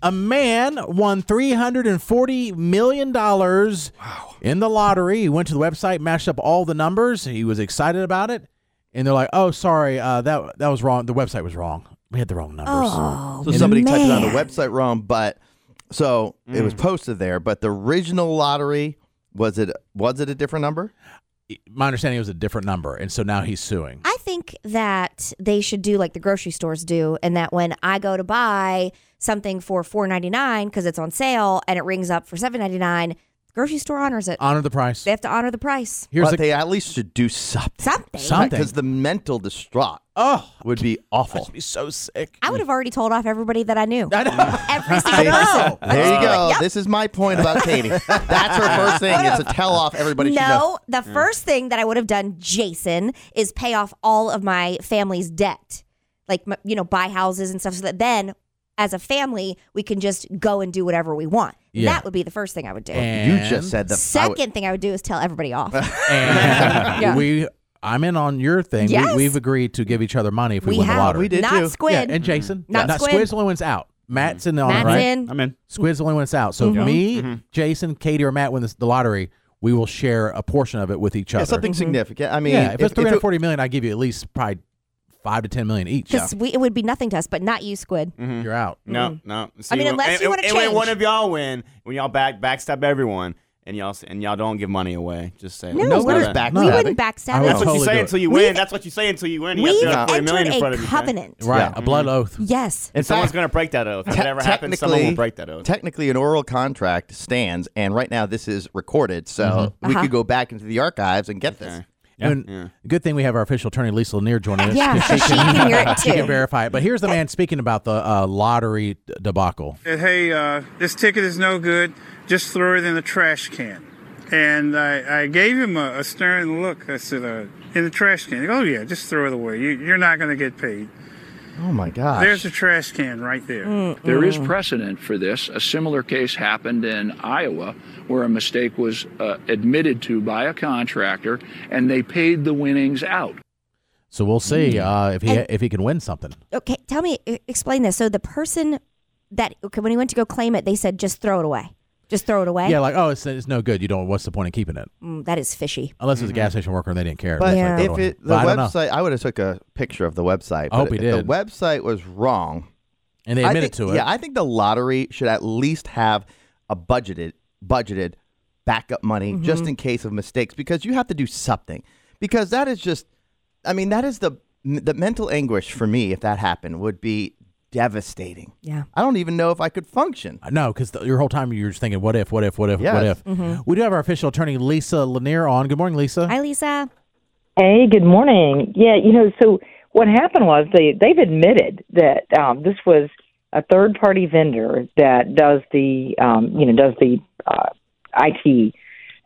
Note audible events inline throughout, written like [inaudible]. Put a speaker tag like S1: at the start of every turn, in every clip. S1: A man won $340 million in the lottery. He went to the website, mashed up all the numbers. He was excited about it. And they're like, oh, sorry, uh, that, that was wrong. The website was wrong. We had the wrong numbers.
S2: Oh,
S3: So somebody typed it on the
S2: man.
S3: website wrong, but so it
S1: Mm.
S3: was posted there. But the original lottery was it was it a different number?
S1: My understanding it was a different number. And so now he's suing.
S2: I think that they should do like the grocery stores do, and that when I go to buy something for four ninety nine because it's on sale and it rings up for seven ninety nine, grocery store honors it.
S1: Honor the price.
S2: They have to honor the price.
S1: Here's
S3: but
S1: the
S3: they at least should do something
S2: Something.
S1: something.
S3: because the mental distraught
S1: oh,
S3: would be awful.
S1: he's so sick.
S2: I would have already told off everybody that I knew.
S1: I know.
S3: [laughs]
S2: Every single person.
S3: There you go.
S2: Yep.
S3: This is my point about Katie. That's her first thing. It's a tell off. Everybody should know.
S2: No,
S1: Mm.
S2: the first thing that I would have done, Jason, is pay off all of my family's debt, like my- you know, buy houses and stuff, so that then, as a family, we can just go and do whatever we want.
S1: Yeah.
S2: That would be the first thing I would do.
S3: You just
S1: And-
S3: said that. I
S2: Second
S3: would-
S2: thing I would do is tell
S1: [laughs]
S2: everybody off.
S1: and
S2: Yeah.
S1: we, I'm in on your thing.
S2: Yes.
S1: We, we've agreed to give each other money if we,
S2: we
S1: win the
S2: have
S1: lottery.
S3: We did
S2: not
S3: too.
S2: squid.
S1: Yeah, and Jason.
S2: Not
S1: Now,
S2: Squid.
S1: Squid's the only one's out. Matt's Mm-hmm. in Mm-hmm. the honor,
S2: Matt's
S1: right?
S2: in.
S4: I'm in.
S1: Squid's the only one's out. So if me, Jason, Katie, or Matt win this, the lottery, we will share a portion of it with each
S3: Yeah,
S1: other.
S3: something significant. I mean,
S1: yeah, if, it's
S3: it-
S1: three hundred forty million, I give you at least probably five to ten million each.
S2: Because we it would be nothing to us, but not you, Squid.
S1: Mm-hmm. You're out.
S4: No, no. See,
S2: Mm. mean,
S4: when-
S2: unless
S4: and-
S2: you wanna
S4: and when
S2: change.
S4: one of y'all win, when y'all back backstab everyone, and y'all s- and y'all don't give money away, just say
S2: No,
S3: what
S2: we're-
S3: is
S4: that.
S3: back?
S1: No.
S2: We
S1: Yeah,
S2: wouldn't
S1: I
S2: backstab
S1: would
S4: That's what
S2: it.
S1: totally
S4: you
S1: do
S4: say
S1: it.
S4: until you
S2: We've-
S4: win. That's what you say until you win. You
S2: We've
S4: have to have $40 million
S2: entered
S4: in front
S2: a
S4: of you, okay?
S2: covenant.
S1: Right,
S3: Yeah.
S1: a blood oath.
S2: Yes.
S3: In
S4: And someone's
S3: fact,
S4: going to break that oath. If
S3: Te-
S4: it ever happens, someone will
S3: technically-
S4: break that oath.
S3: Technically, an oral contract stands, and right now this is recorded, so
S1: Mm-hmm.
S3: we
S2: Uh-huh.
S3: could go back into the archives and get this.
S1: And Good thing we have our official attorney Lisa Lanier joining us.
S2: Yeah,
S1: 'cause
S2: she can hear
S1: [laughs]
S2: it
S1: She can
S2: too.
S1: verify it. But here's the man speaking about the uh, lottery d- debacle.
S5: that, hey, uh, this ticket is no good. Just throw it in the trash can. And I, I gave him a, a stern look. I said, uh, in the trash can. He goes, oh, yeah, just throw it away. You, you're not going to get paid.
S3: Oh my gosh!
S5: There's a trash can right there.
S6: There is precedent for this. A similar case happened in Iowa where a mistake was uh, admitted to by a contractor and they paid the winnings out.
S1: So we'll see uh, if he
S2: Mm. And-
S1: if he can win something.
S2: Okay, tell me, e- explain this. So the person that okay, when he went to go claim it, they said just throw it away. Just throw it away.
S1: Yeah, like oh, it's, it's no good. You don't. What's the point of keeping it?
S2: Mm, that is fishy.
S1: Unless it's a gas station worker and they didn't care.
S3: Mm-hmm. But
S1: It's like,
S2: Yeah.
S1: they
S3: if
S1: don't-
S3: it, the
S1: but I don't know.
S3: website, I would have took a picture of the website.
S1: I
S3: but
S1: hope he
S3: if
S1: did.
S3: The website was wrong.
S1: and they
S3: I
S1: admitted
S3: think-
S1: to it.
S3: Yeah, I think the lottery should at least have a budgeted budgeted backup money
S2: Mm-hmm.
S3: just in case of mistakes because you have to do something because that is just I mean that is the the mental anguish for me if that happened would be devastating.
S2: Yeah.
S3: I don't even know if I could function.
S1: No, because your whole time you're just thinking, what if, what if, what if, what
S3: Yes. Mm-hmm.
S1: if. We do have our official attorney, Lisa Lanier, on. Good morning, Lisa.
S2: Hi, Lisa.
S7: Hey, good morning. Yeah, you know, so what happened was they they've admitted that um, this was a third party vendor that does the um, you know does the uh, IT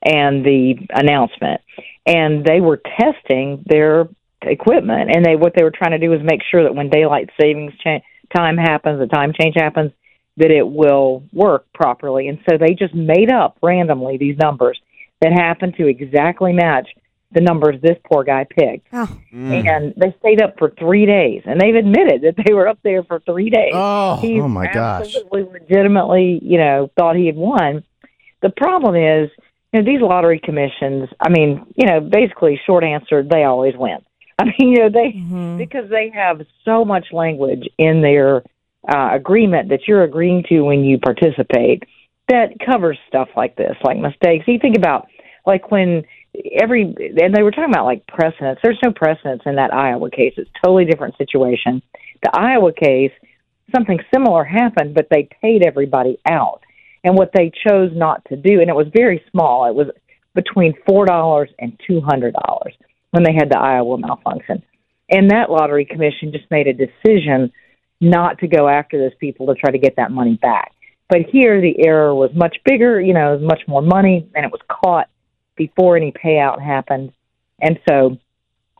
S7: and the announcement, and they were testing their equipment, and they what they were trying to do was make sure that when daylight savings cha- time happens, the time change happens, that it will work properly, and so they just made up randomly these numbers that happened to exactly match the numbers this poor guy picked.
S2: Oh,
S7: And they stayed up for three days, and they've admitted that they were up there for three days.
S1: Oh,
S7: He
S3: oh my gosh.
S7: absolutely legitimately, you know, thought he had won. The problem is, you know, these lottery commissions. I mean, you know, basically, short answer, they always win. [laughs] I mean, you know, they
S3: Mm-hmm.
S7: because they have so much language in their uh, agreement that you're agreeing to when you participate that covers stuff like this, like mistakes. You think about like when every and they were talking about like precedents. There's no precedents in that Iowa case. It's a totally different situation. The Iowa case, something similar happened, but they paid everybody out. And what they chose not to do, and it was very small, it was between four dollars and two hundred dollars when they had the Iowa malfunction. And that lottery commission just made a decision not to go after those people to try to get that money back. But here the error was much bigger, you know, it was much more money and it was caught before any payout happened. And so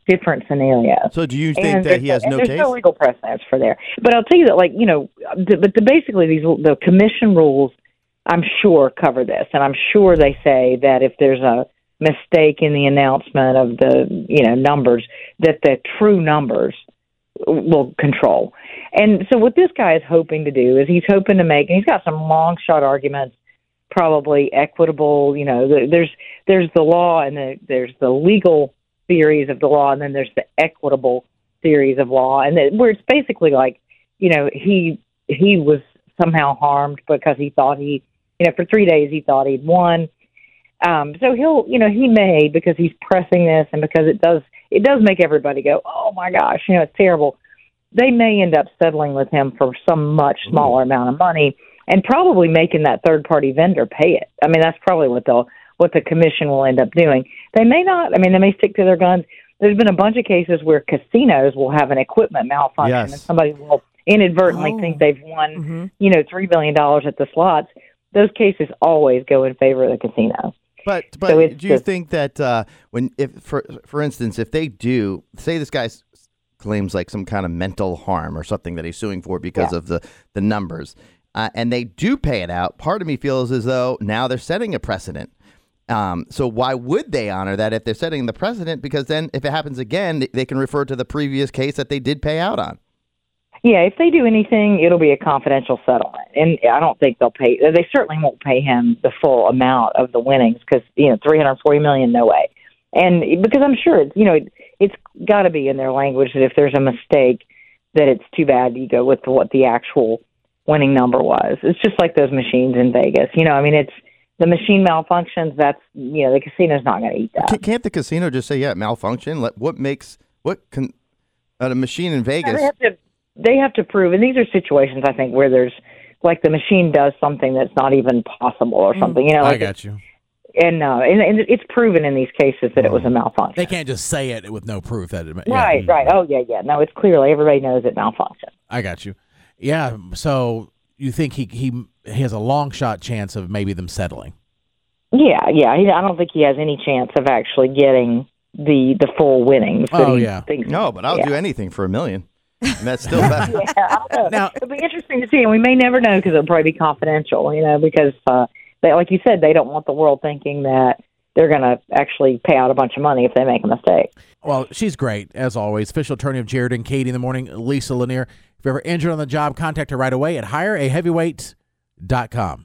S7: different scenario
S3: So do you
S7: and
S3: think that he
S7: there's
S3: has no
S7: and
S3: case?
S7: There's no legal precedence for there. But I'll tell you that, like you know, the, but the, basically these the commission rules, I'm sure cover this, and I'm sure they say that if there's a mistake in the announcement of the you know numbers, that the true numbers will control. And so what this guy is hoping to do is he's hoping to make and he's got some long shot arguments, probably equitable, you know, there- there's there's the law and the, there's the legal theories of the law and then there's the equitable theories of law and that where it's basically like, you know, he he was somehow harmed because he thought he you know, for three days he thought he'd won. Um, so he'll, you know, he may because he's pressing this and because it does it does make everybody go, oh my gosh, you know, it's terrible. They may end up settling with him for some much smaller amount of money and probably making that third party vendor pay it. I mean, that's probably what they'll what the commission will end up doing. They may not. I mean, they may stick to their guns. There's been a bunch of cases where casinos will have an equipment malfunction
S3: Yes.
S7: and somebody will inadvertently think they've won, you know, three billion dollars at the slots. Those cases always go in favor of the casino.
S3: But but
S7: So it's
S3: do you
S7: just-
S3: think that uh, when if for for instance if they do say this guy s- claims like some kind of mental harm or something that he's suing for because of the the numbers uh, and they do pay it out, part of me feels as though now they're setting a precedent. Um, so why would they honor that if they're setting the precedent? Because then if it happens again, th- they can refer to the previous case that they did pay out on.
S7: Yeah, if they do anything, it'll be a confidential settlement, and I don't think they'll pay. They certainly won't pay him the full amount of the winnings because you know three hundred forty million, no way. And because I'm sure it's you know it, it's got to be in their language that if there's a mistake, that it's too bad you go with what the actual winning number was. It's just like those machines in Vegas. You know, I mean, it's the machine malfunctions. That's you know the casino's not going to eat that.
S3: Ca- Can't the casino just say yeah malfunction? Let, what makes what can uh, a machine in Vegas?
S7: They have to they have to prove, and these are situations I think where there's like the machine does something that's not even possible or something, you know.
S1: Mm. I
S7: Like
S1: got you.
S7: and, uh, and and it's proven in these cases that it was a malfunction.
S1: They can't just say it with no proof that it. yeah,
S7: Right,
S1: mm,
S7: right. Oh yeah, yeah. No, it's clearly everybody knows it malfunction.
S1: I got you. Yeah. So you think he he he has a long shot chance of maybe them settling?
S7: Yeah, yeah. He, I don't think he has any chance of actually getting the the full winnings. that
S1: Oh,
S7: he
S1: yeah.
S7: thinks-
S3: No, but I'll
S7: yeah.
S3: do anything for a million. And that's still better.
S7: Yeah, I don't know.
S1: Now-
S7: it'll be interesting to see, and we may never know because it'll probably be confidential, you know, because uh, they, like you said, they don't want the world thinking that they're going to actually pay out a bunch of money if they make a mistake.
S1: Well, she's great as always. Official attorney of Jared and Katie in the morning, Lisa Lanier. If you're ever injured on the job, contact her right away at hireaheavyweight.com.